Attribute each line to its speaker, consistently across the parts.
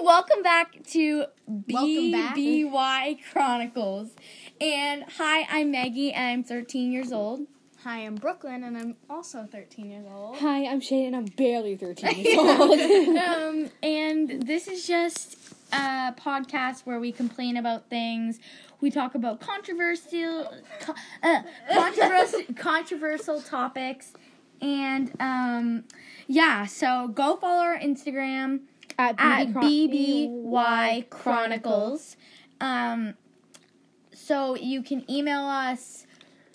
Speaker 1: welcome back to
Speaker 2: Welcome back.
Speaker 1: BBY Chronicles. And hi, I'm Maggie, and I'm 13 years old.
Speaker 2: Hi, I'm Brooklyn, and I'm also 13 years old.
Speaker 3: Hi, I'm Shane, and I'm barely 13 years old.
Speaker 1: um, and this is just a podcast where we complain about things. We talk about controversial, co- uh, controversial, controversial topics, and um, yeah. So go follow our Instagram.
Speaker 3: At
Speaker 1: at
Speaker 3: Chron-
Speaker 1: BBY Chronicles. Um, so you can email us.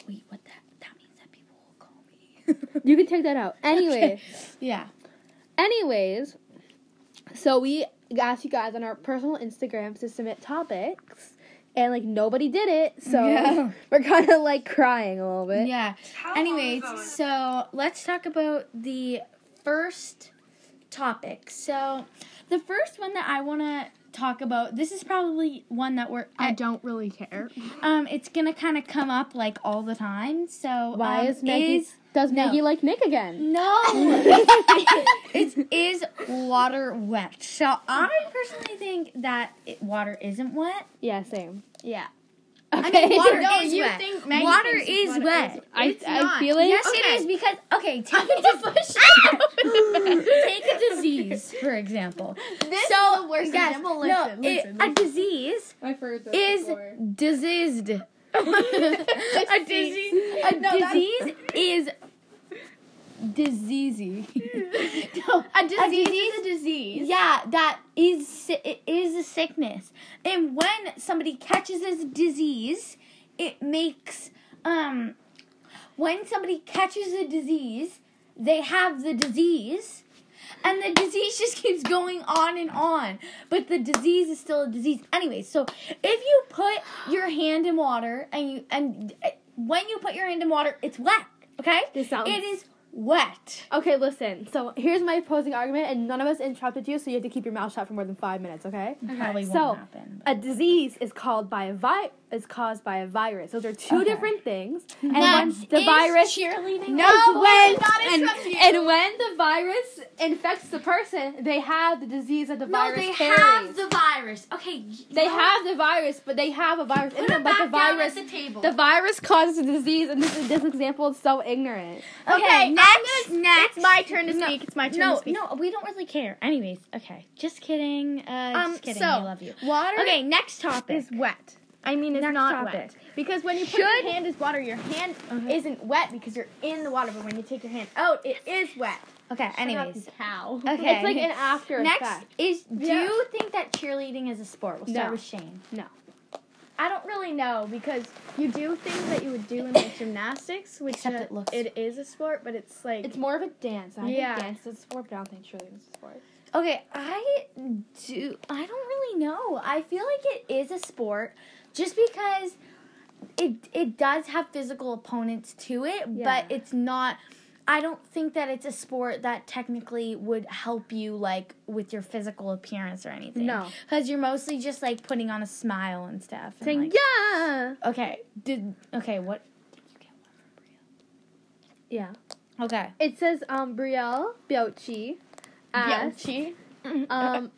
Speaker 1: Wait, what that? That means that people will call me.
Speaker 3: You can take that out. Anyway,
Speaker 1: yeah.
Speaker 3: anyways, so we asked you guys on our personal Instagrams to submit topics, and like nobody did it, so
Speaker 1: Yeah.
Speaker 3: we're kind of like crying a little bit.
Speaker 1: Yeah. Anyways, so let's talk about the first topic. So the first one that I want to talk about. This is probably one that we're.
Speaker 2: I don't really care.
Speaker 1: um, it's gonna kind of come up like all the time. So
Speaker 3: Why
Speaker 1: um,
Speaker 3: is Maggie? does
Speaker 1: no.
Speaker 3: Maggie like Nick again?
Speaker 1: No, it's is water wet. So I personally think that it, water isn't wet.
Speaker 3: Yeah, same.
Speaker 1: Yeah,
Speaker 3: Okay.
Speaker 1: I mean water
Speaker 2: No,
Speaker 1: is
Speaker 2: you
Speaker 1: wet.
Speaker 2: think- Maggie
Speaker 1: water
Speaker 2: thinks
Speaker 1: is
Speaker 2: water
Speaker 1: wet.
Speaker 2: is wet.
Speaker 3: I,
Speaker 2: It's
Speaker 3: I
Speaker 2: not.
Speaker 3: feel it.
Speaker 1: yes,
Speaker 2: Okay.
Speaker 1: it is because okay, take a, dis- Ah! take a disease for example.
Speaker 2: This
Speaker 1: so
Speaker 2: is the worst
Speaker 1: yes,
Speaker 2: example.
Speaker 1: no,
Speaker 2: Listen, listen,
Speaker 1: it-
Speaker 2: listen.
Speaker 1: a disease
Speaker 3: I've heard that
Speaker 1: is diseased. a disease. A
Speaker 2: No, that's-
Speaker 1: disease is diseasy. no,
Speaker 2: A disease,
Speaker 1: disease
Speaker 2: is a disease.
Speaker 1: Yeah, that is si- it is a sickness. And when somebody catches this disease, it makes um when somebody catches a disease, they have the disease. And the disease just keeps going on and on. But the disease is still a disease. Anyway, so if you put your hand in water and you and uh, when you put your hand in water, it's wet, okay?
Speaker 3: This sounds-
Speaker 1: It is wet.
Speaker 3: Okay, listen. So here's my opposing argument, and none of us interrupted you, so you have to keep your mouth shut for more than five minutes. Okay.
Speaker 1: Probably
Speaker 3: So-
Speaker 1: won't happen.
Speaker 3: A disease is called by a vi- is caused by a virus. Those are two
Speaker 1: Okay.
Speaker 3: different things. And
Speaker 1: That
Speaker 3: when the
Speaker 1: is Oh
Speaker 3: virus
Speaker 1: cheerleading.
Speaker 3: and when, and,
Speaker 2: interrupt you.
Speaker 3: and when the virus infects the person, they have the disease that the
Speaker 1: no,
Speaker 3: virus
Speaker 1: they
Speaker 3: carries.
Speaker 1: have the virus. Okay,
Speaker 3: they have the virus, but they have a virus in
Speaker 1: Put
Speaker 3: them.
Speaker 1: them
Speaker 3: But
Speaker 1: back
Speaker 3: the virus,
Speaker 1: down at the table.
Speaker 3: the virus causes a disease, and this, this example is so ignorant.
Speaker 1: okay, next, next.
Speaker 2: It's my turn to
Speaker 1: No,
Speaker 2: speak. It's my turn to
Speaker 1: no,
Speaker 2: speak.
Speaker 1: no, we don't really care. Anyways, okay, just kidding. Uh,
Speaker 2: Um,
Speaker 1: just kidding.
Speaker 2: so,
Speaker 1: we love you.
Speaker 2: Water
Speaker 1: Okay, next topic.
Speaker 2: is wet. I mean, it's
Speaker 1: Next
Speaker 2: not
Speaker 1: topic.
Speaker 2: wet. Because when you put
Speaker 1: Should- Uh-huh.
Speaker 2: your hand is water, your hand isn't wet because you're in the water. But when you take your hand out, it is wet.
Speaker 1: Okay, anyways.
Speaker 2: Cow.
Speaker 1: Okay.
Speaker 3: It's like an after
Speaker 1: next
Speaker 3: effect.
Speaker 1: is do
Speaker 2: Yeah.
Speaker 1: you think that cheerleading is a sport? We'll start
Speaker 3: No.
Speaker 1: with Shane.
Speaker 2: I don't really know because you do things that you would do in like gymnastics, which
Speaker 1: Except
Speaker 2: uh,
Speaker 1: it looks-
Speaker 2: it is a sport, but it's like
Speaker 3: It's more of a dance. I
Speaker 2: Yeah.
Speaker 3: think dance is a sport, but I don't think cheerleading is a sport.
Speaker 1: Okay, I do. I don't really know. I feel like it is a sport, just because it it does have physical opponents to it,
Speaker 3: Yeah.
Speaker 1: but it's not. I don't think that it's a sport that technically would help you like with your physical appearance or anything.
Speaker 3: No.
Speaker 1: because you're mostly just like putting on a smile and stuff. and, like-
Speaker 3: yeah.
Speaker 1: Okay. Did okay. What? Did you get one from
Speaker 3: Yeah.
Speaker 1: Bria? Okay.
Speaker 3: It says um Brielle Biochi asked
Speaker 2: Ouchie.
Speaker 3: um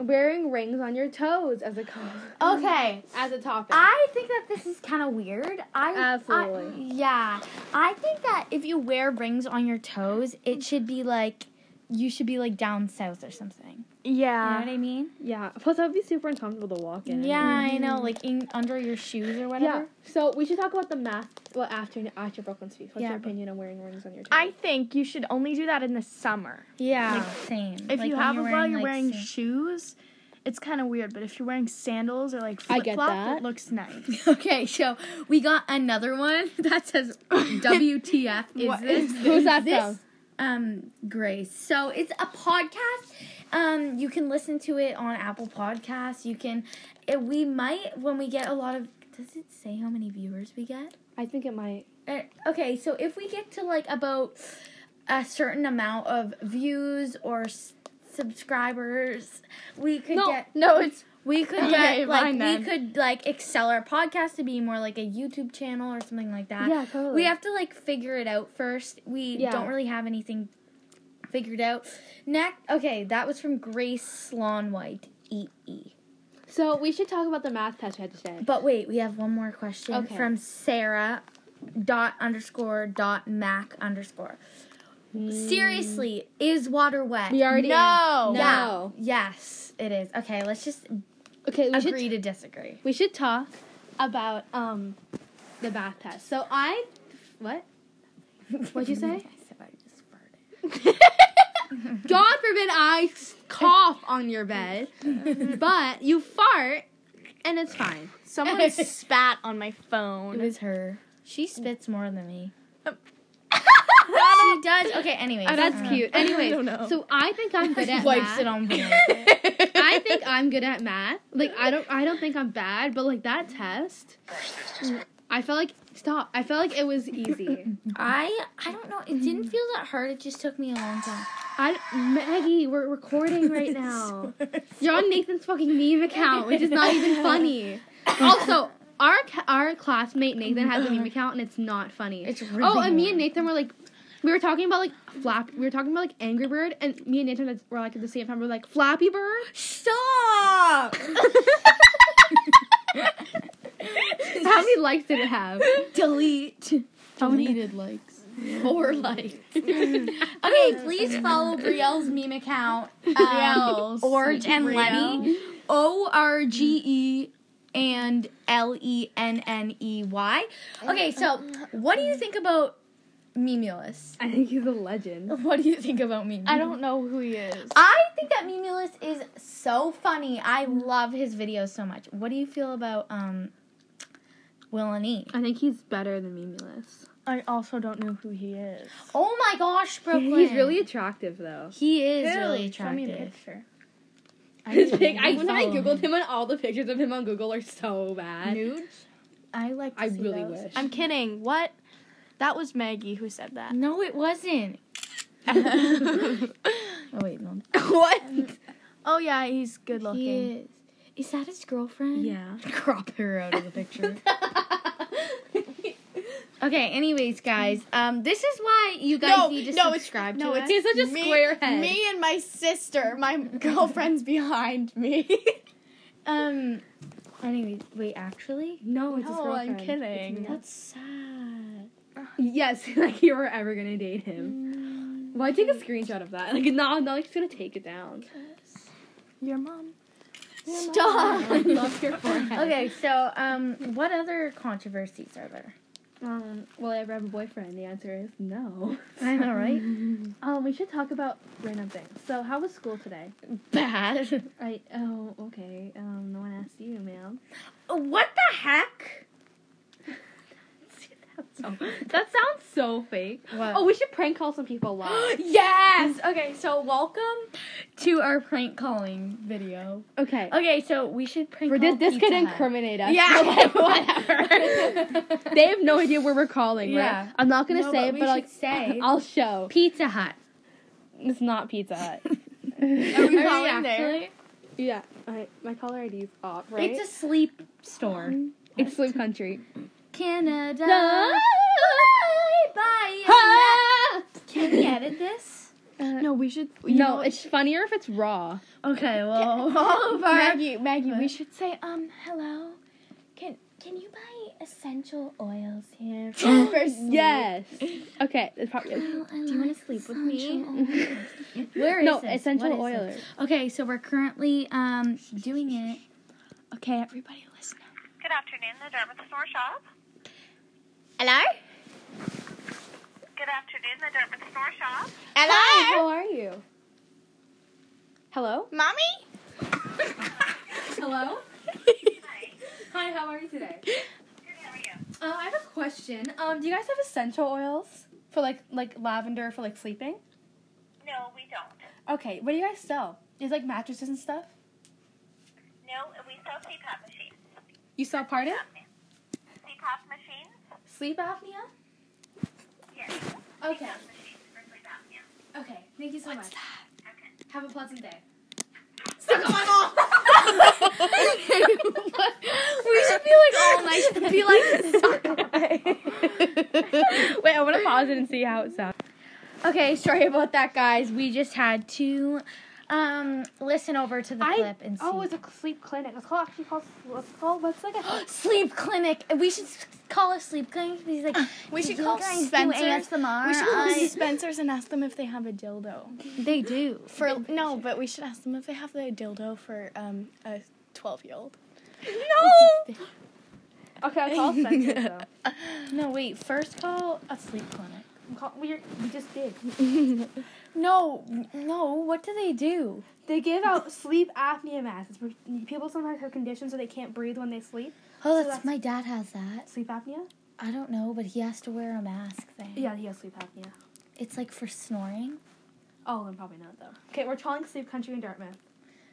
Speaker 3: wearing rings on your toes as a Ah, co-
Speaker 1: Okay.
Speaker 3: as a topic.
Speaker 1: I think that this is kind of weird. I
Speaker 3: Absolutely.
Speaker 1: I- yeah, I think that if you wear rings on your toes, it should be like you should be like down south or something. You know
Speaker 3: yeah.
Speaker 1: what I mean?
Speaker 3: Yeah. Plus that would be super uncomfortable to walk in.
Speaker 1: Yeah, I know, like in under your shoes or
Speaker 3: Yeah.
Speaker 1: whatever.
Speaker 3: So we should talk about the math well after after Brooklyn speaks. What's
Speaker 1: Yeah.
Speaker 3: your opinion on wearing rings on your toes?
Speaker 2: I think you should only do that in the summer.
Speaker 1: Yeah, same.
Speaker 2: If
Speaker 1: Like,
Speaker 2: you
Speaker 1: when
Speaker 2: have a while you're
Speaker 1: like,
Speaker 2: wearing
Speaker 1: sand-
Speaker 2: shoes, it's kind of weird. But if you're wearing sandals or like
Speaker 3: I
Speaker 2: flip
Speaker 3: get
Speaker 2: flop,
Speaker 3: that.
Speaker 2: it looks nice.
Speaker 1: Okay, so we got another one that says WTF is
Speaker 2: What
Speaker 1: this?
Speaker 3: Who's that
Speaker 1: this,
Speaker 3: from?
Speaker 1: Um Grace. So it's a podcast. Um you can listen to it on Apple Podcasts. You can it, we might when we get a lot of does it say how many viewers we get?
Speaker 3: I think it might
Speaker 1: Uh, okay, so if we get to like about a certain amount of views or s- subscribers, we could
Speaker 3: No,
Speaker 1: get
Speaker 3: no, it's
Speaker 1: we could
Speaker 2: Okay,
Speaker 1: get, like
Speaker 2: fine then.
Speaker 1: we could like excel our podcast to be more like a YouTube channel or something like that.
Speaker 3: Yeah, totally.
Speaker 1: We have to like figure it out first. We
Speaker 3: Yeah.
Speaker 1: don't really have anything figured out. Next, okay, that was from Grace Slawn White. E E.
Speaker 3: So we should talk about the math test we had today.
Speaker 1: But wait, we have one more question
Speaker 3: Okay.
Speaker 1: from Sarah dot underscore dot Mac underscore. Seriously, is water wet?
Speaker 3: We already
Speaker 2: No.
Speaker 3: an-
Speaker 1: Yeah.
Speaker 3: No.
Speaker 1: Yes, it is. Okay, let's just
Speaker 3: Okay, we
Speaker 1: agree
Speaker 3: should
Speaker 1: to disagree.
Speaker 3: we should talk about um the math test. So I what? What'd you say?
Speaker 1: I said I just farted.
Speaker 3: God forbid I s- cough on your bed, but you fart and it's fine.
Speaker 2: Someone spat on my phone.
Speaker 1: It was her. Um, She spits more than me.
Speaker 2: That's
Speaker 1: She does. Okay, anyway.
Speaker 3: Oh, that's cute. Anyway,
Speaker 2: don't know.
Speaker 3: so I think I'm good at
Speaker 1: Wipes
Speaker 3: math.
Speaker 1: it on me.
Speaker 3: I think I'm good at math. Like I don't I don't think I'm bad, but like that test I felt like stop. I felt like it was easy.
Speaker 1: I I don't know. It didn't feel that hard. It just took me a long time.
Speaker 3: I Maggie, we're recording right now. You're on Nathan's fucking meme account, which is not even funny. Also, our ca- our classmate Nathan has a meme account and it's not funny.
Speaker 1: It's
Speaker 3: oh, and me
Speaker 1: ridiculous.
Speaker 3: and Nathan were like, we were talking about like flap. We were talking about like Angry Bird, and me and Nathan were like at the same time. We were like Flappy Bird.
Speaker 1: Stop.
Speaker 3: How many likes did it have?
Speaker 1: Delete.
Speaker 3: How many did likes?
Speaker 1: Four likes. okay, please follow Brielle's meme account. Um, Orge and Lenny. O R G E and L E N N E Y. Okay, so what do you think about Memulus?
Speaker 3: I think he's a legend.
Speaker 1: What do you think about Memulus?
Speaker 2: I don't know who he is.
Speaker 1: I think that Memulus is so funny. I love his videos so much. What do you feel about um Will and E?
Speaker 3: I think he's better than Mimulus.
Speaker 2: I also don't know who he is.
Speaker 1: Oh my gosh, Brooklyn.
Speaker 3: He's really attractive though.
Speaker 1: he is
Speaker 2: Who?
Speaker 1: really
Speaker 2: Show me a
Speaker 1: attractive.
Speaker 2: picture.
Speaker 3: His pic- I when I
Speaker 1: follow
Speaker 3: googled him, and all the pictures of him on Google are so bad.
Speaker 2: Nudes?
Speaker 1: I like.
Speaker 3: I really wish.
Speaker 2: I'm kidding. What? That was Maggie who said that.
Speaker 1: No, it wasn't. Oh wait, no.
Speaker 2: what? Oh yeah, he's good looking.
Speaker 1: He is. Is that his girlfriend?
Speaker 3: yeah.
Speaker 1: Crop her out of the picture. okay. Anyways, guys, um, this is why you guys
Speaker 2: No,
Speaker 1: need to
Speaker 2: no, it's-
Speaker 1: subscribe
Speaker 2: no,
Speaker 1: to
Speaker 2: it's-
Speaker 1: us.
Speaker 3: He has such a square head.
Speaker 2: Me and my sister, my girlfriend's behind me.
Speaker 1: Um. Anyways, wait. Actually,
Speaker 3: No, it's his
Speaker 2: no,
Speaker 3: girlfriend.
Speaker 2: I'm kidding.
Speaker 3: It's me.
Speaker 1: that's sad.
Speaker 3: Yes, like you were ever gonna date him.
Speaker 2: Mm.
Speaker 3: Why take a screenshot of that? Like, no, I'm not like, just gonna take it down.
Speaker 2: Your mom.
Speaker 1: Stop.
Speaker 3: I love your forehead.
Speaker 1: okay. So, um, what other controversies are there?
Speaker 3: Um, will I ever have a boyfriend? The answer is no.
Speaker 1: I know, right?
Speaker 3: Um, we should talk about random things. So, how was school today?
Speaker 1: Bad.
Speaker 3: I oh okay. Um, no one asked you, ma'am.
Speaker 1: What the heck?
Speaker 3: Oh, that sounds so fake.
Speaker 1: What?
Speaker 3: Oh, we should prank call some people live.
Speaker 1: yes. Okay, so welcome to our prank calling video.
Speaker 3: okay.
Speaker 1: Okay, so we should prank.
Speaker 3: For
Speaker 1: call
Speaker 3: this, this could
Speaker 1: Pizza Hut.
Speaker 3: incriminate us.
Speaker 1: Yeah, okay,
Speaker 3: whatever. they have no idea where we're calling. Yeah,
Speaker 1: Yeah.
Speaker 3: I'm not gonna
Speaker 1: No,
Speaker 3: say,
Speaker 1: but
Speaker 3: it,
Speaker 1: we
Speaker 3: but
Speaker 1: should
Speaker 3: like,
Speaker 1: say-
Speaker 3: I'll show.
Speaker 1: Pizza Hut.
Speaker 3: It's not Pizza Hut.
Speaker 1: Are we
Speaker 2: calling there?
Speaker 1: actually?
Speaker 3: yeah, my, my caller ID is off, right?
Speaker 1: It's a sleep store.
Speaker 3: it's Sleep Country.
Speaker 1: Canada.
Speaker 3: No.
Speaker 1: Bye. Can we edit this?
Speaker 2: Uh, No, we should. you
Speaker 3: No,
Speaker 2: know-
Speaker 3: it's funnier if it's raw.
Speaker 1: Okay, well, all
Speaker 3: Oh,
Speaker 1: of our
Speaker 2: Maggie. Maggie, we
Speaker 1: What?
Speaker 2: should say um hello.
Speaker 4: Can can you buy essential oils here?
Speaker 3: Um, yes. Okay, it's probably.
Speaker 4: Do you want to sleep with me?
Speaker 1: Where is
Speaker 3: No,
Speaker 1: this?
Speaker 3: essential
Speaker 1: What is
Speaker 3: oiler.
Speaker 1: this? Okay, so we're currently um doing it. Okay, everybody listen up.
Speaker 5: Good afternoon, the Dartmouth Store Shop.
Speaker 2: Hello.
Speaker 5: Good afternoon, the Dartmouth Store Shop.
Speaker 3: Hi, how are you? Hello?
Speaker 2: mommy.
Speaker 3: Hello?
Speaker 5: Hi.
Speaker 3: Hi, how are you today?
Speaker 5: Good, how are you?
Speaker 3: Uh, I have a question. Um, do you guys have essential oils for like like lavender for like sleeping?
Speaker 5: No, we don't.
Speaker 3: Okay, what do you guys sell? Is like mattresses and stuff?
Speaker 5: No, we sell CPAP machines.
Speaker 3: You sell pardon?
Speaker 5: CPAP machines?
Speaker 3: Sleep apnea?
Speaker 5: Yes.
Speaker 3: Okay.
Speaker 5: Machines for sleep apnea.
Speaker 3: Okay. Thank you so much.
Speaker 5: Okay.
Speaker 3: Have a pleasant day.
Speaker 1: We should be like all nice and be like.
Speaker 3: Wait, I want to pause it and see how it sounds.
Speaker 1: Okay, sorry about that, guys. We just had to um listen over to the
Speaker 3: I-
Speaker 1: clip and see.
Speaker 3: Oh, it's a sleep clinic. It's called actually called. It's called. What's like a
Speaker 1: sleep clinic. We should s- call a sleep clinic. He's like,
Speaker 2: We should
Speaker 1: "You
Speaker 2: call
Speaker 1: guys do
Speaker 2: Spencer's.
Speaker 1: ASMR.
Speaker 2: We should call
Speaker 1: I-
Speaker 2: Spencer's and ask them if they have a dildo.
Speaker 4: They do.
Speaker 2: For no, but we should ask them if they have the dildo for um a twelve year old.
Speaker 3: okay. I call Spencer though.
Speaker 1: No, wait. First call a sleep clinic.
Speaker 3: I'm call, we, we just did.
Speaker 1: No, no. What do they do?
Speaker 3: They give out sleep apnea masks. It's for people sometimes have conditions where they can't breathe when they sleep.
Speaker 1: Oh, that's,
Speaker 3: that's-
Speaker 1: my dad has that.
Speaker 3: Sleep apnea?
Speaker 1: I don't know, but he has to wear a mask thing.
Speaker 3: Yeah, he has sleep apnea.
Speaker 1: It's like for snoring.
Speaker 3: Oh, then probably not though. Okay, we're calling Sleep Country in Dartmouth.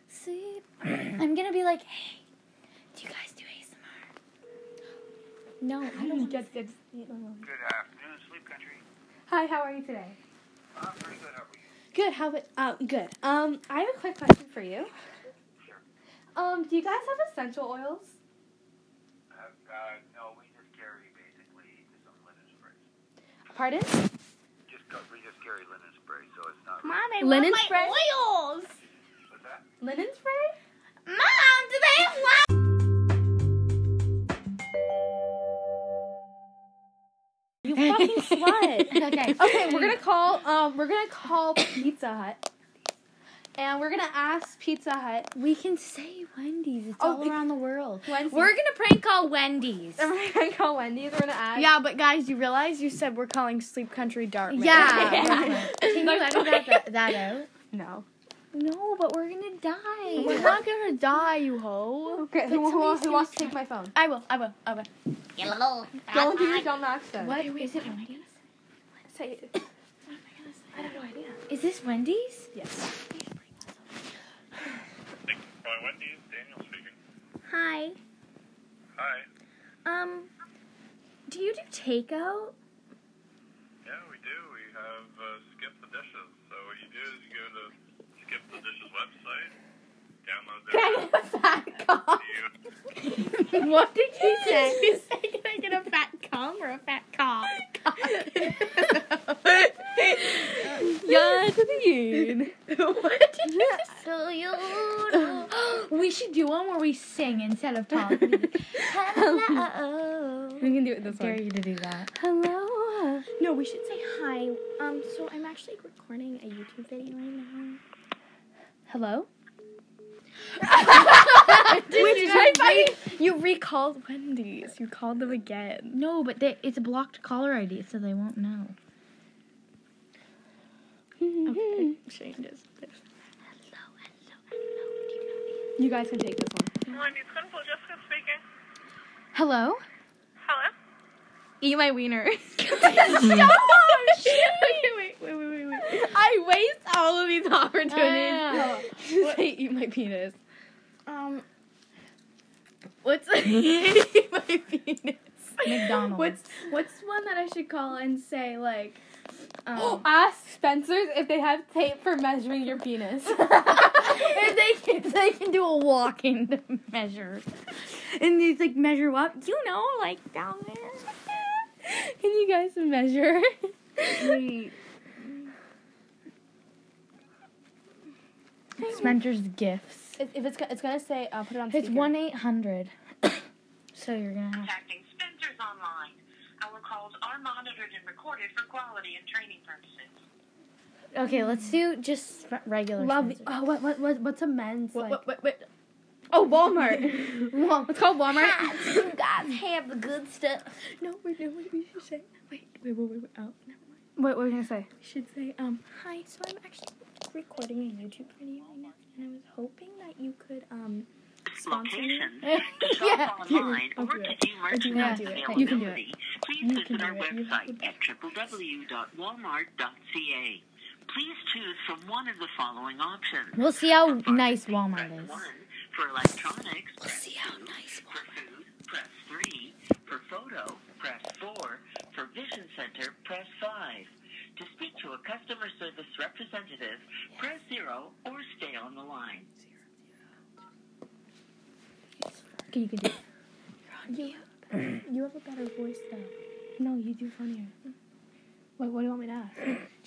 Speaker 1: Sleep. I'm gonna be like, hey, do you guys do ASMR? No, I don't.
Speaker 3: Yes, yes.
Speaker 6: Good afternoon, Sleep Country.
Speaker 3: Hi, how are you today?
Speaker 6: I'm pretty good. How are you?
Speaker 3: Good. How about um good. Um, I have a quick question for you. Um, do you guys have essential oils?
Speaker 6: Uh, uh, no, we just carry basically just some linen sprays.
Speaker 3: Pardon?
Speaker 6: Just go, we just carry linen sprays, so it's not.
Speaker 7: Mommy,
Speaker 4: Linen
Speaker 7: my
Speaker 4: spread?
Speaker 7: oils.
Speaker 6: What's that?
Speaker 3: Linen spray?
Speaker 7: Mom, do they have lime?
Speaker 3: You fucking slut.
Speaker 1: Okay.
Speaker 3: Okay, we're gonna call um we're gonna call Pizza Hut. And we're gonna ask Pizza Hut
Speaker 1: We can say Wendy's. It's
Speaker 3: Oh,
Speaker 1: all
Speaker 3: it-
Speaker 1: around the world.
Speaker 3: Wednesday.
Speaker 1: We're gonna prank call Wendy's.
Speaker 3: And we're gonna call Wendy's. We're gonna ask.
Speaker 2: Yeah, but guys, you realize you said we're calling Sleep Country Dartmouth.
Speaker 1: Yeah. Can you edit that, that out?
Speaker 3: No.
Speaker 1: No, but we're gonna
Speaker 2: We're
Speaker 1: die.
Speaker 2: not gonna die, you hoe.
Speaker 3: Okay. Who, who, who wants to take my phone?
Speaker 2: I will. I will. I will.
Speaker 7: Yellow.
Speaker 3: Don't do your John Knox though.
Speaker 1: What is it? Wendy's? Is this Wendy's?
Speaker 3: Yes.
Speaker 6: Thank you. Hi, Wendy's. Daniel speaking.
Speaker 7: Hi.
Speaker 6: Hi.
Speaker 7: Um, do you do takeout?
Speaker 6: Yeah, we do. We have uh, Skip the Dishes. So what you do is you go to Skip the Dishes website, download their app. You,
Speaker 4: What did he say?
Speaker 7: So you
Speaker 1: we should do one where we sing instead of talking.
Speaker 7: hello.
Speaker 4: We can do it this
Speaker 1: dare
Speaker 4: way.
Speaker 1: you to do that.
Speaker 7: Hello. No, we should say hi. Um, so I'm actually recording a YouTube video right now.
Speaker 1: Hello?
Speaker 2: You recalled Wendy's. You called them again.
Speaker 1: No, but they, it's a blocked caller ID, so they won't know.
Speaker 2: Changes.
Speaker 3: You guys can take this one.
Speaker 5: Wendy's Clinical, Jessica speaking.
Speaker 1: Hello?
Speaker 5: Hello?
Speaker 4: Eat my wiener. I waste all of these
Speaker 3: Oh.
Speaker 4: opportunities. Just say eat my penis.
Speaker 2: Um,
Speaker 4: What's eat my penis?
Speaker 1: McDonald's.
Speaker 2: what's what's one that I should call and say like? Um,
Speaker 3: Oh, Ask Spencer's if they have tape for measuring your penis.
Speaker 1: if they can, they can do a walk in to measure. And he's like, measure up, you know, like down there.
Speaker 4: Can you guys measure?
Speaker 1: Spencer's gifts.
Speaker 3: if if it's go- it's gonna say, uh, put it on.
Speaker 1: It's
Speaker 3: speaker.
Speaker 1: 1 800. So you're gonna have.
Speaker 5: Contacting Spencer's Online. Our calls are monitored and recorded for quality and training purposes.
Speaker 1: Okay, let's do just sp- regular.
Speaker 3: Love.
Speaker 1: Spencer's.
Speaker 3: Oh, what what what what's a men's like?
Speaker 4: What, what, what? Oh, Walmart.
Speaker 3: Well,
Speaker 4: It's called Walmart.
Speaker 1: You guys have the good stuff.
Speaker 2: no, we're doing what we should say. Wait, wait, wait, wait, wait. Oh, no.
Speaker 3: what what were you gonna say?
Speaker 2: We should say um.
Speaker 7: Hi. So I'm actually recording a YouTube video right now, and I was hoping that you could um.
Speaker 5: Location. To shop online or to view merchandise
Speaker 2: do it.
Speaker 4: You can do it.
Speaker 5: availability, please visit our website at www.walmart.ca. Please choose from one of the following options.
Speaker 1: We'll see how
Speaker 5: For
Speaker 1: nice
Speaker 5: pharmacy,
Speaker 1: Walmart
Speaker 5: press
Speaker 1: is.
Speaker 5: One for electronics. We'll see how nice Walmart. For food, press three. For photo, press four. For vision center, press five. To speak to a customer service representative, press zero or stay on the line.
Speaker 2: You have a better voice though. No, you do funnier. Wait, what do you want me to ask?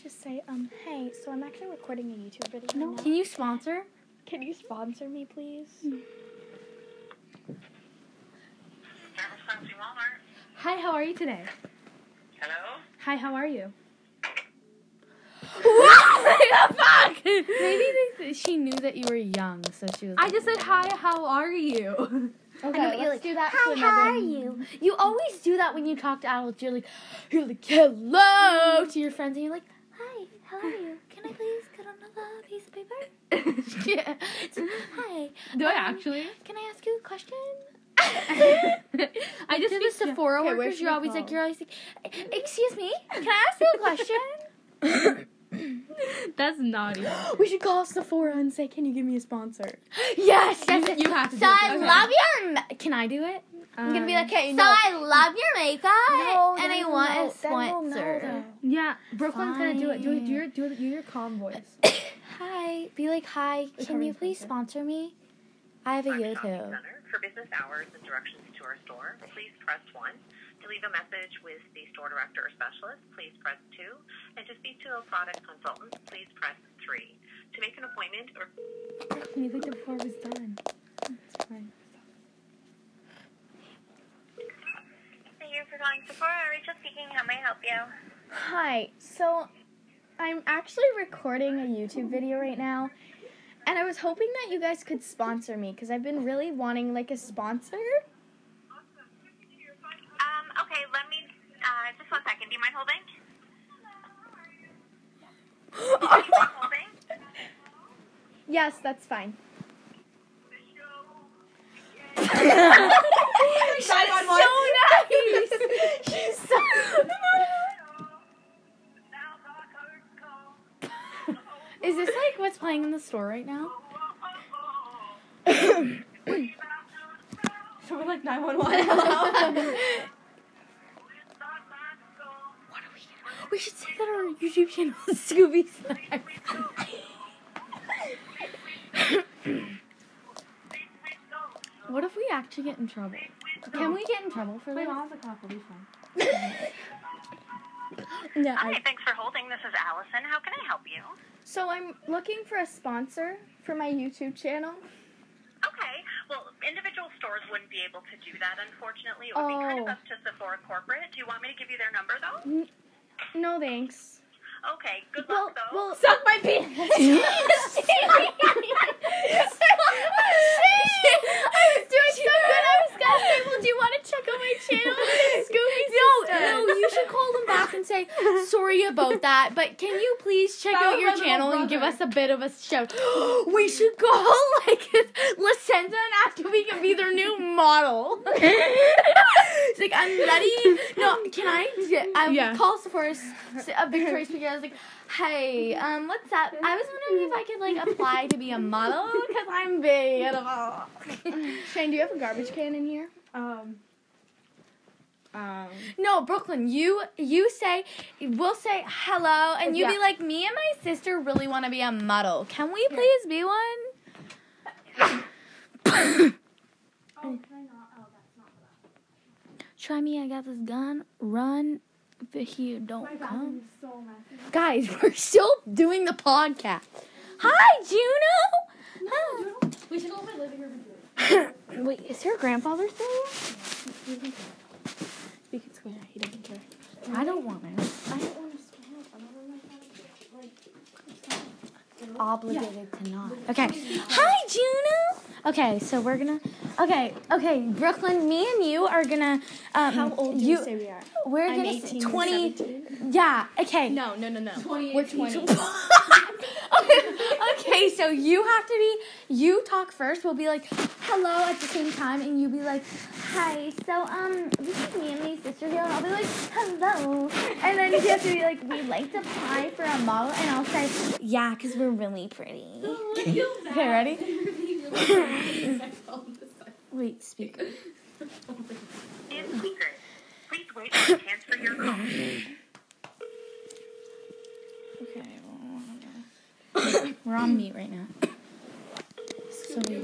Speaker 4: Just say, um, hey, so I'm actually recording a YouTube video. No.
Speaker 1: Can you sponsor?
Speaker 4: Can you sponsor me, please?
Speaker 5: Service Fancy Walmart.
Speaker 3: Hi, how are you today?
Speaker 5: Hello?
Speaker 3: Hi, how are you?
Speaker 2: Maybe they th- she knew that you were young, so she was.
Speaker 3: I just said hi, how are you?
Speaker 2: okay, let's do that to
Speaker 1: Hi,
Speaker 2: another.
Speaker 1: how are you? You always do that when you talk to adults. You're like, you're like, hello to your friends, and you're like, hi, how are you? Can I please get another piece of paper?
Speaker 3: yeah.
Speaker 1: Hi, um,
Speaker 3: Do I actually?
Speaker 1: can I ask you a question?
Speaker 3: I just
Speaker 1: To
Speaker 3: speak to-
Speaker 1: the Sephora
Speaker 2: where
Speaker 1: workers,
Speaker 2: should
Speaker 1: you're
Speaker 2: we
Speaker 1: always like,
Speaker 2: call?
Speaker 1: you're always like, "E- excuse me, can I ask you a question?
Speaker 3: That's naughty.
Speaker 2: We should call Sephora and say, "Can you give me a sponsor?"
Speaker 1: yes,
Speaker 3: You,
Speaker 1: yes, yes.
Speaker 3: you have to do
Speaker 1: So I
Speaker 3: it. Okay.
Speaker 1: love your. Ma- Can I do it? I'm gonna be like, so I love your makeup, and I want a sponsor.
Speaker 3: Yeah, Brooklyn's gonna do it. Do it. Do
Speaker 2: Fine.
Speaker 3: your do, your- do your calm voice.
Speaker 1: Hi. Be like, hi, can you please sponsor me? I have a
Speaker 5: Our shopping
Speaker 1: YouTube.
Speaker 5: Center. For business hours and directions to our store, please press 1. To leave a message with the store director or specialist, please press 2. And to speak to a product consultant, please press 3. To make an appointment or
Speaker 2: Music before it was done. It's fine.
Speaker 5: Thank you for calling Sephora. Rachel speaking. How may I help you?
Speaker 4: Hi. So, I'm actually recording a YouTube video right now, and I was hoping that you guys could sponsor me because I've been really wanting like a sponsor.
Speaker 5: Um, okay, let me, uh, just one second. Do you mind holding? Do you mind holding?
Speaker 4: Yes, that's fine.
Speaker 2: Is this like what's playing in the store right now? so we're like nine one one.
Speaker 1: We should say that our YouTube channel is Scooby Snacks.
Speaker 2: What if we actually get in trouble? Can we get in trouble for this?
Speaker 4: No. I-
Speaker 5: Hi, thanks for holding. This is Allison. How can I help you?
Speaker 4: so I'm looking for a sponsor for my YouTube channel.
Speaker 5: Okay. Well, individual stores wouldn't be able to do that, unfortunately. It would be kind of
Speaker 4: Oh.
Speaker 5: up to Sephora Corporate. Do you want me to give you their number, though?
Speaker 4: No thanks.
Speaker 5: Okay. Good
Speaker 4: Well,
Speaker 5: luck, though.
Speaker 4: well,
Speaker 1: No, you should call them back and say, sorry about that, but can you please check
Speaker 3: That
Speaker 1: out
Speaker 3: was
Speaker 1: your
Speaker 3: my little
Speaker 1: channel and give
Speaker 3: brother.
Speaker 1: us a bit of a shout? we should call like Licenza and ask if we can be their new model. She's like, I'm ready. No, can I? I
Speaker 3: Yeah.
Speaker 1: call Sephora s- a Victoria's Secret. I was like, hey, um, what's up? I was wondering if I could like apply to be a model because I'm beautiful.
Speaker 4: Shane, do you have a garbage can in here?
Speaker 2: Um. Um.
Speaker 1: No, Brooklyn, you you say we'll say hello and you be
Speaker 2: Yeah.
Speaker 1: like, Me and my sister really wanna be a model. Can we please be one?
Speaker 7: Oh,
Speaker 1: Try me, I got this gun. Run if you don't come. Guys, we're still doing the podcast. Hi, Juno! Hi.
Speaker 7: We should open living room.
Speaker 1: Wait, is her grandfather still here?
Speaker 2: Speak it square. He doesn't care.
Speaker 1: I don't want him. obligated to not. Okay. Hi, Juno. Okay, so we're gonna. Okay, okay, Brooklyn. Me and you are gonna. Um, How old you,
Speaker 4: say we are?
Speaker 1: We're
Speaker 4: I'm
Speaker 1: gonna
Speaker 4: 18
Speaker 1: say
Speaker 4: to
Speaker 1: twenty. Yeah. Okay.
Speaker 2: No, no, no, no.
Speaker 1: We're twenty. okay, so you have to be. You talk first. We'll be like, hello at the same time, and you be like, hi. So um, this is me and my sister here, and I'll be like, hello. And then you have to be like, we'd like to apply for a model, and I'll say, yeah, because we're really pretty. okay, ready? Wait, speaker.
Speaker 5: In secret. Please wait to transfer your call.
Speaker 1: Okay. We're on mute right now. So we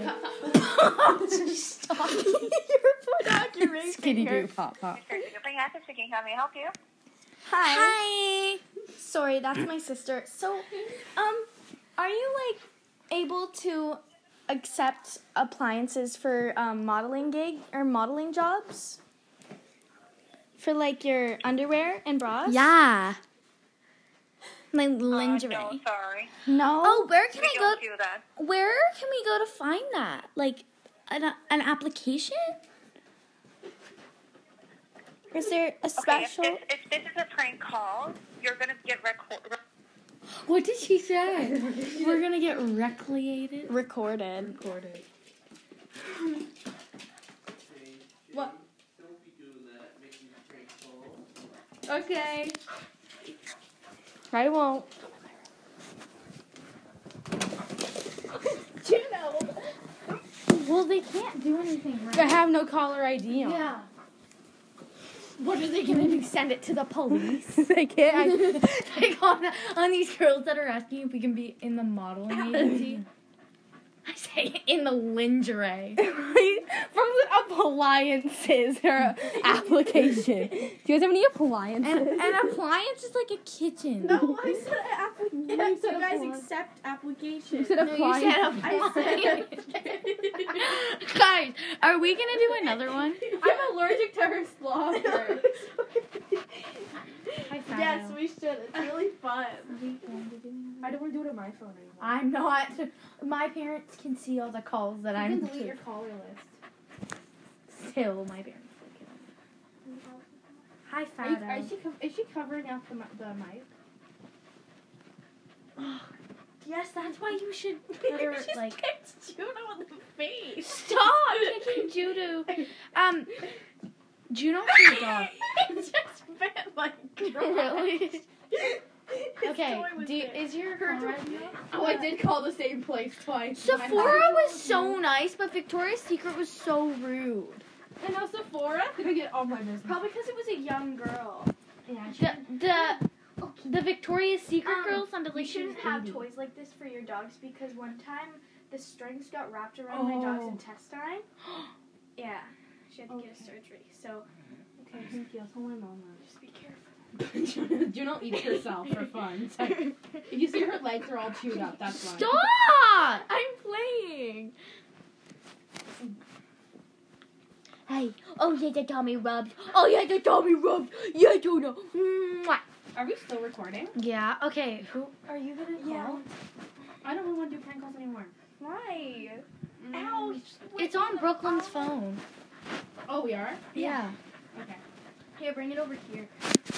Speaker 1: Stop. You're put out your Skitty doo pop pop.
Speaker 5: Mr. Speaking, how may I help you?
Speaker 2: Hi.
Speaker 1: Hi.
Speaker 2: Sorry, that's my sister. So, um, are you like able to accept appliances for um, modeling gig or modeling jobs? For like your underwear and bras?
Speaker 1: Yeah. My lingerie.
Speaker 8: No, sorry.
Speaker 2: No.
Speaker 1: Oh, where can
Speaker 8: We
Speaker 1: I go?
Speaker 8: don't do that.
Speaker 1: Where can we go to find that? Like an an application?
Speaker 2: Is there a
Speaker 8: Okay, if
Speaker 2: special?
Speaker 8: this, if this is a prank call, you're going to get recorded.
Speaker 1: What did she say? We're gonna get recreated.
Speaker 2: Recorded.
Speaker 3: Okay.
Speaker 2: I won't.
Speaker 1: Well, they can't do anything, right?
Speaker 3: I have no caller ID on.
Speaker 1: Yeah.
Speaker 7: What are they gonna do? Send it to the police?
Speaker 3: they can't.
Speaker 1: Like on, on these girls that are asking if we can be in the modeling agency. I say in the lingerie.
Speaker 3: From the appliances or application. Do you guys have any appliances?
Speaker 1: An, an appliance is like a kitchen.
Speaker 7: no, I said application.
Speaker 3: said
Speaker 7: You guys
Speaker 3: appliance.
Speaker 7: accept application.
Speaker 3: you said appliances.
Speaker 7: I said
Speaker 1: Guys, are we gonna do another one?
Speaker 3: I'm allergic to her slobber.
Speaker 7: yes, we should. It's really fun.
Speaker 3: I don't want to do it on my phone anymore.
Speaker 1: I'm not. My parents can see all the calls that
Speaker 3: I can
Speaker 1: I'm
Speaker 3: delete your caller list.
Speaker 1: still my parents. Hi,
Speaker 3: Are you, are she, co- is she covering up the, mi- the mic?
Speaker 1: Yes, that's why you should.
Speaker 7: She's
Speaker 1: like,
Speaker 7: kicked Juno in the face.
Speaker 1: stop kicking Judo. Um, Juno for dog.
Speaker 7: it just went like
Speaker 1: Really?
Speaker 7: His
Speaker 1: Okay.
Speaker 7: toy was
Speaker 1: Do you,
Speaker 7: there.
Speaker 1: is your
Speaker 3: Oh, I did call the same place twice.
Speaker 1: Sephora was so nice, but Victoria's Secret was so rude.
Speaker 3: And now Sephora gonna get all my business.
Speaker 7: Probably because it was a young girl.
Speaker 1: The the, the Victoria's Secret
Speaker 7: Um,
Speaker 1: girl sounded
Speaker 7: You
Speaker 1: like she was
Speaker 7: shouldn't have
Speaker 1: 80.
Speaker 7: toys like this for your dogs because one time the strings got wrapped around my
Speaker 3: Oh.
Speaker 7: dog's intestine. yeah, she had to get a
Speaker 3: Okay.
Speaker 7: surgery. So
Speaker 3: Okay, thank you. I'll tell my mom that.
Speaker 7: just be careful.
Speaker 3: Do not eat yourself for fun. So, if you see her legs are all chewed up, that's why.
Speaker 1: Stop!
Speaker 7: I'm playing.
Speaker 1: Hey, oh yeah, the tummy rubs. Oh yeah, the tummy rubs. Yeah, Juno. Mwah.
Speaker 3: Are we still recording?
Speaker 1: Yeah. Okay. Who?
Speaker 7: Are you gonna
Speaker 3: call? I don't want to do prank calls anymore.
Speaker 7: Why? Ow!
Speaker 1: It's on Brooklyn's phone.
Speaker 3: Oh, we are?
Speaker 1: Yeah.
Speaker 7: Here, bring it over here.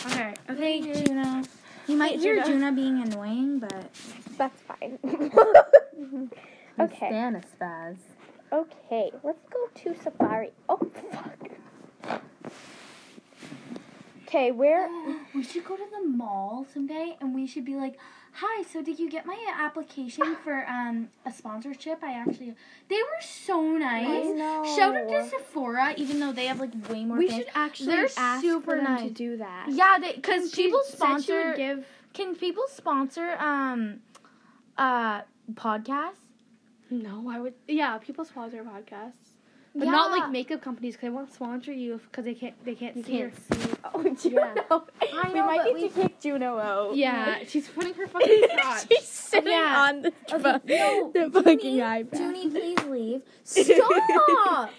Speaker 1: Okay. Okay, Juno. You might hear Juno being annoying, but
Speaker 2: That's fine. okay.
Speaker 1: Santa spaz.
Speaker 2: Okay. Let's go to Safari. Oh fuck. Okay, where?
Speaker 1: Uh, We should go to the mall someday, and we should be like, "Hi, so did you get my uh, application for um a sponsorship? I actually they were so nice. Shout out to Sephora, even though they have like way more.
Speaker 2: We
Speaker 1: things.
Speaker 2: should actually
Speaker 1: They're
Speaker 2: ask
Speaker 1: super
Speaker 2: for them to
Speaker 1: nice.
Speaker 2: do that.
Speaker 1: Yeah, because people
Speaker 2: Said she
Speaker 1: sponsor.
Speaker 2: would give
Speaker 1: Can people sponsor um uh podcasts?
Speaker 3: No, I would. Yeah, people sponsor podcasts. But not like makeup companies because they won't sponsor you because they can't they can't see your
Speaker 2: Oh, Juno.
Speaker 1: I
Speaker 2: we
Speaker 1: know,
Speaker 2: might
Speaker 1: but
Speaker 2: need
Speaker 1: we-
Speaker 2: to kick Juno out.
Speaker 3: Yeah, she's putting her fucking crotch.
Speaker 2: She's sitting
Speaker 1: Yeah.
Speaker 2: on the,
Speaker 1: Okay, no,
Speaker 2: the fucking iPad.
Speaker 1: Junie, please leave. Stop!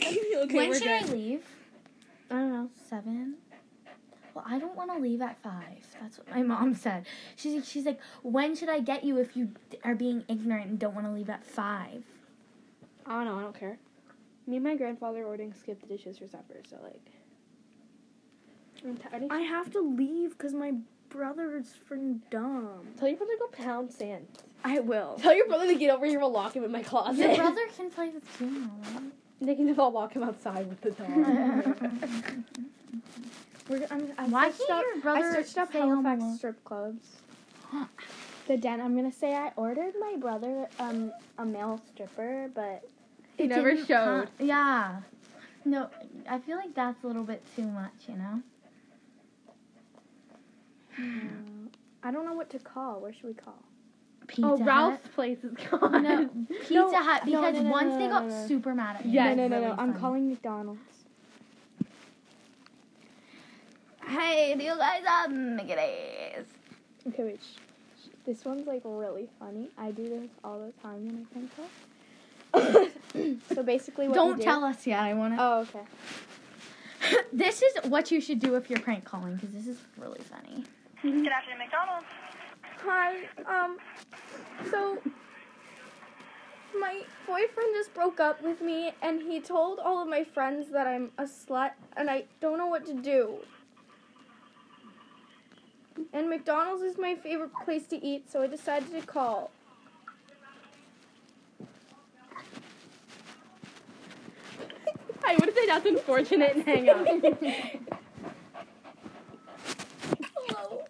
Speaker 2: Okay,
Speaker 1: when
Speaker 2: we're
Speaker 1: should
Speaker 2: good.
Speaker 1: I leave?
Speaker 2: I don't know.
Speaker 1: Seven. Well, I don't want to leave at five. That's what my mom said. She's like, she's like, when should I get you if you are being ignorant and don't want to leave at five?
Speaker 3: I don't know. I don't care. Me and my grandfather were ordering skip the dishes for supper, so like. I'm tired.
Speaker 2: I have to leave because my brother's freaking dumb.
Speaker 3: Tell your brother to go pound sand.
Speaker 2: I will.
Speaker 3: Tell your brother to get over here. We'll lock him in my closet.
Speaker 1: Your brother can play with Juno. right?
Speaker 3: they can just all walk him outside with the dog.
Speaker 2: We're, I'm, I
Speaker 1: Why
Speaker 2: searched
Speaker 1: can't
Speaker 2: up,
Speaker 1: your brother
Speaker 2: I searched up
Speaker 1: stay home
Speaker 2: Halifax
Speaker 1: alone?
Speaker 2: strip clubs. the den. I'm gonna say I ordered my brother um a male stripper, but
Speaker 3: he
Speaker 1: It
Speaker 3: never
Speaker 1: didn't
Speaker 3: showed.
Speaker 1: come- yeah. No, I feel like that's a little bit too much, you know?
Speaker 2: I don't know what to call. Where should we call?
Speaker 1: Pizza
Speaker 3: Oh,
Speaker 1: Hut.
Speaker 3: Ralph's place is gone.
Speaker 1: No, Pizza Hut,
Speaker 2: no,
Speaker 1: because
Speaker 2: no, no,
Speaker 1: once
Speaker 2: no,
Speaker 1: they
Speaker 2: no,
Speaker 1: got
Speaker 2: no, no.
Speaker 1: super mad at me.
Speaker 3: Yeah,
Speaker 1: it
Speaker 2: no,
Speaker 1: was
Speaker 2: no, no,
Speaker 1: really
Speaker 2: no. I'm
Speaker 1: funny.
Speaker 2: calling McDonald's.
Speaker 1: hey, do you guys have Miggities?
Speaker 2: Okay, wait. sh- sh- This one's like really funny. I do this all the time when I think of. so basically, what you
Speaker 1: Don't
Speaker 2: do-
Speaker 1: tell us yet. I want to.
Speaker 2: Oh, okay.
Speaker 1: this is what you should do if you're prank calling because this is really funny.
Speaker 8: Good afternoon, McDonald's.
Speaker 4: Hi. Um. So. My boyfriend just broke up with me, and he told all of my friends that I'm a slut, and I don't know what to do. And McDonald's is my favorite place to eat, so I decided to call.
Speaker 3: I would say that's unfortunate and hang up.
Speaker 4: Hello.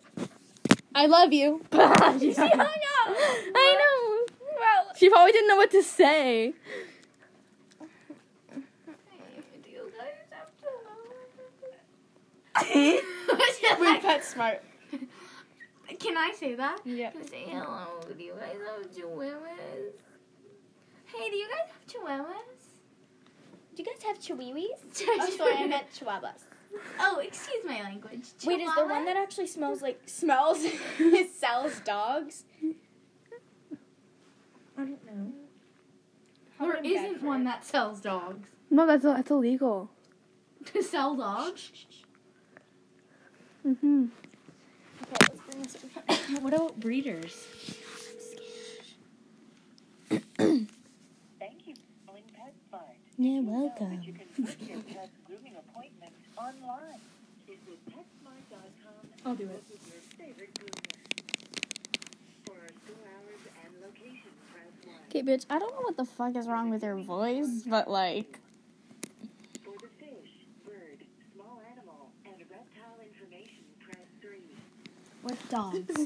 Speaker 3: I love you. she hung up. I know. Well, she probably didn't know what to say.
Speaker 1: Wait,
Speaker 4: Pet Smart.
Speaker 1: can I say that?
Speaker 3: Yeah.
Speaker 1: Can I say hello? Do you guys have chihuahuas? Hey, do you guys have chihuahuas?
Speaker 4: Do you guys have chihuahuas?
Speaker 1: Oh,
Speaker 4: chihuahuas.
Speaker 1: excuse my language.
Speaker 4: Wait, is the one that actually smells like smells? it sells dogs.
Speaker 1: I don't know.
Speaker 4: How
Speaker 1: There
Speaker 4: am I bad
Speaker 1: isn't
Speaker 4: for
Speaker 1: one
Speaker 4: it?
Speaker 1: that sells dogs.
Speaker 3: No, that's that's illegal.
Speaker 1: To sell dogs?
Speaker 3: Mm-hmm.
Speaker 4: Okay, let's bring this over.
Speaker 1: what about breeders?
Speaker 5: Thank you for calling PetSmart.
Speaker 1: You're
Speaker 5: Know that you can book your pet grooming appointment online. Visit PetSmart.com. I'll do it. Your favorite groomer. For our store hours and location, press one.
Speaker 4: Okay, bitch, I don't know what the fuck is wrong with your voice, but like.
Speaker 5: For the fish, bird, small animal, and reptile information, press three.
Speaker 1: With dogs.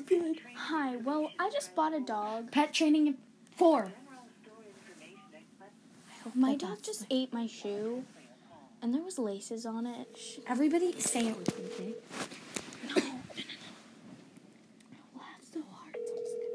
Speaker 4: Hi, well, I just bought a dog.
Speaker 1: Pet training four.
Speaker 5: General store information at
Speaker 4: My dog just ate my shoe, and there was laces on it.
Speaker 1: Everybody say it with me, okay? No. Laugh so hard. it's just gonna-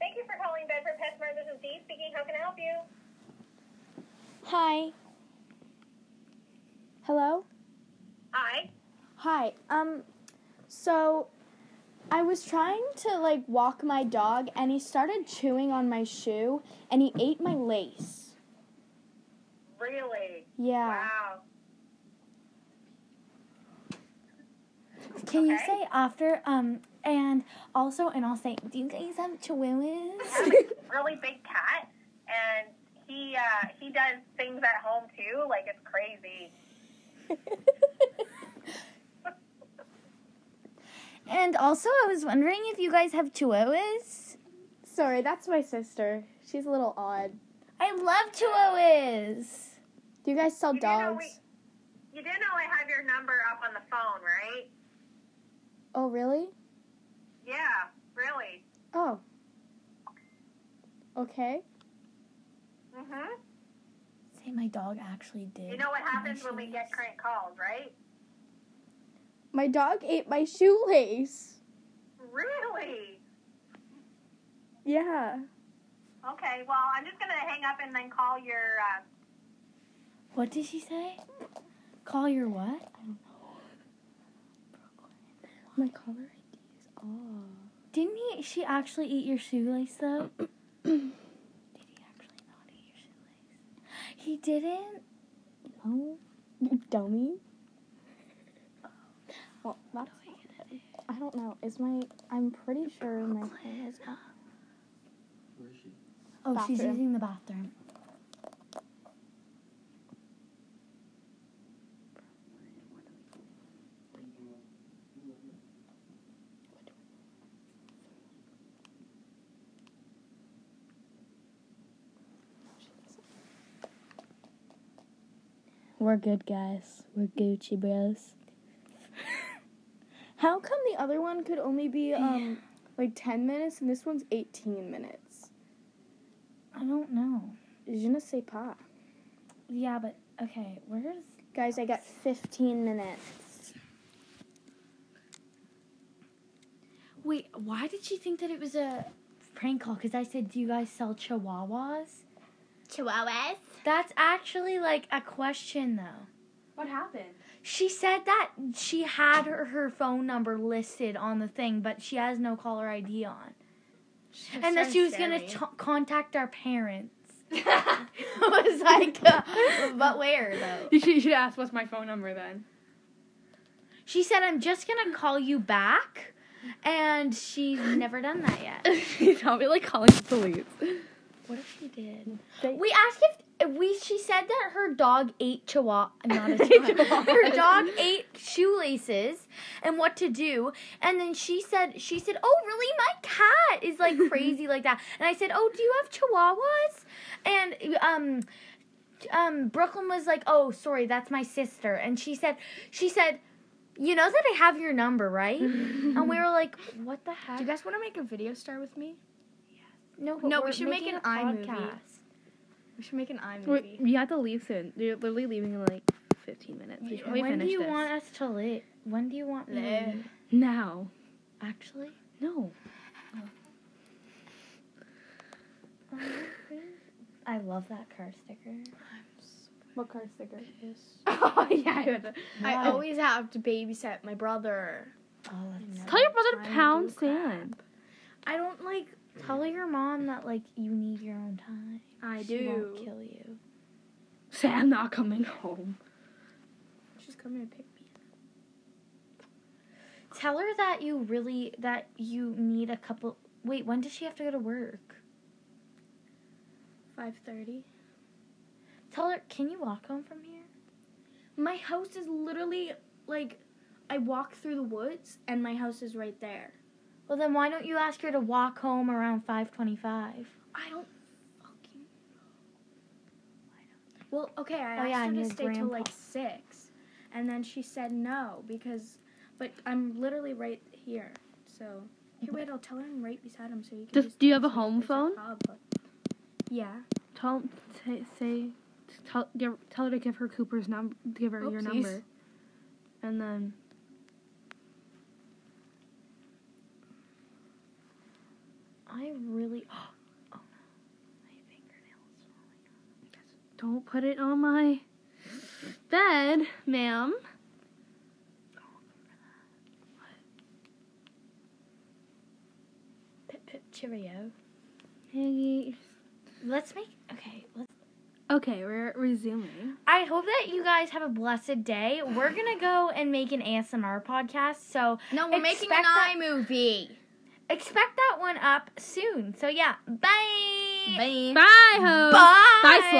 Speaker 8: Thank you for calling Bedford PetSmart. This is Dee speaking. How can I help you?
Speaker 4: Hi. Hello?
Speaker 8: Hi.
Speaker 4: Hi. Um, so I was trying to like walk my dog, and he started chewing on my shoe, and he ate my lace.
Speaker 8: Really?
Speaker 4: Yeah.
Speaker 8: Wow.
Speaker 1: Can you
Speaker 8: Okay.
Speaker 1: say after? Um, and also, and I'll say, do you guys have chihuahuas?
Speaker 8: really big cat, and he uh, he does things at home too. Like it's crazy.
Speaker 1: and also, I was wondering if you guys have chihuahuas.
Speaker 2: Sorry, that's my sister. She's a little odd.
Speaker 1: I love chihuahuas.
Speaker 2: Do you guys sell
Speaker 8: You do know we,
Speaker 2: dogs?
Speaker 8: you do know I have your number up on the phone, right?
Speaker 2: Oh, really?
Speaker 8: Yeah, really.
Speaker 2: Oh. Okay.
Speaker 8: Mhm.
Speaker 1: Say my dog actually did.
Speaker 8: You know what happens when we get crank calls, right?
Speaker 2: My dog ate my shoelace.
Speaker 8: Really?
Speaker 2: Yeah.
Speaker 8: Okay. Well, I'm just gonna hang up and then call your. Uh,
Speaker 1: What did she say? Call your what?
Speaker 3: My collar.
Speaker 1: Didn't he? She actually eat your shoelace though. did he actually not eat your shoelace? He didn't.
Speaker 3: Oh, you dummy.
Speaker 2: Well, that's. I don't know. Is my. I'm pretty sure my phone is. on.
Speaker 1: Oh, she's
Speaker 2: Bathroom.
Speaker 1: using the bathroom.
Speaker 3: We're good guys. We're Gucci bros.
Speaker 2: How come the other one could only be um like 10 minutes and this one's 18 minutes?
Speaker 1: I don't know.
Speaker 2: Je ne sais pas.
Speaker 1: Yeah, but Okay, where's
Speaker 2: Guys, I got 15 minutes.
Speaker 1: Wait, why did she think that it was a prank call? Because I said, Do you guys sell chihuahuas?
Speaker 9: Chihuahuas.
Speaker 1: That's actually like a question, though.
Speaker 7: What happened?
Speaker 1: She said that she had her, her phone number listed on the thing, but she has no caller ID on. and that she was going to t- contact our parents. I was like, uh, But where, though?
Speaker 7: You should, you should ask what's my phone number then.
Speaker 1: She said, I'm just going to call you back. And she's never done that yet.
Speaker 3: She's probably like calling the police.
Speaker 1: What if she did? We asked if we. She said that her dog ate chihuahua. Not a chihuahua. her dog ate shoelaces and what to do. And then she said, she said, "Oh, really? My cat is like crazy like that." And I said, "Oh, do you have chihuahuas?" And um. Um, Brooklyn was like, "Oh, sorry, that's my sister," and she said, "She said, you know that I have your number, right?" and we were like, "What the heck?"
Speaker 4: Do you guys want to make a video star with me?
Speaker 1: No, but
Speaker 4: No, we
Speaker 1: we're
Speaker 4: should make
Speaker 1: making
Speaker 4: an
Speaker 1: a
Speaker 4: iMovie.
Speaker 1: podcast.
Speaker 4: We should make an iMovie.
Speaker 3: Wait, you have to leave soon. You're literally leaving in like 15 minutes. We should probably
Speaker 1: when do
Speaker 3: finish
Speaker 1: you
Speaker 3: this.
Speaker 1: want us to live? When do you want me? to
Speaker 4: Live.
Speaker 1: leave?
Speaker 3: Now.
Speaker 1: Actually,
Speaker 3: No.
Speaker 1: Oh. I love that car sticker.
Speaker 2: What car sticker?
Speaker 7: Oh yeah. I would.
Speaker 4: I always have to babysit my brother.
Speaker 1: Oh, that's
Speaker 3: Tell your brother
Speaker 4: Trying
Speaker 3: to
Speaker 4: to
Speaker 3: pound
Speaker 4: do
Speaker 3: sand.
Speaker 1: I don't like. Tell your mom that like you need your own time.
Speaker 4: I
Speaker 1: She won't
Speaker 4: do.
Speaker 1: kill you.
Speaker 3: Sam not coming home.
Speaker 4: She's coming to pick me.
Speaker 1: Tell her that you really that you need a couple. Wait, when does she have to go to work?
Speaker 4: Five thirty.
Speaker 1: Tell her. Can you walk home from here?
Speaker 4: My house is literally like, I walk through the woods and my house is right there.
Speaker 1: Well, then why don't you ask her to walk home around five twenty-five?
Speaker 4: I don't fucking. Well, okay, I
Speaker 1: Oh,
Speaker 4: asked
Speaker 1: yeah,
Speaker 4: her
Speaker 1: and
Speaker 4: to
Speaker 1: your
Speaker 4: stay till
Speaker 1: grandpa-
Speaker 4: like six, and then she said no because, but I'm literally right here, so. Here, wait, I'll tell her I'm right beside him, so you can.
Speaker 3: Does-
Speaker 4: just
Speaker 3: do you have a
Speaker 4: text me if
Speaker 3: home
Speaker 4: there's
Speaker 3: phone?
Speaker 4: problem. Yeah.
Speaker 3: Tell say, say tell give, tell her to give her Cooper's number. Give her your
Speaker 4: Oopsies.
Speaker 3: number. And then
Speaker 1: I really. Oh no, my fingernails.
Speaker 3: don't put it on my bed, ma'am.
Speaker 1: Pip pip cheerio.
Speaker 3: Piggy.
Speaker 1: Let's make okay. Let's.
Speaker 3: Okay, we're resuming.
Speaker 1: I hope that you guys have a blessed day. We're gonna go and make an ASMR podcast, so
Speaker 4: No,
Speaker 1: we're making an Expect
Speaker 4: iMovie.
Speaker 1: expect that one up soon. So yeah, bye.
Speaker 3: Bye, ho. Bye, slut.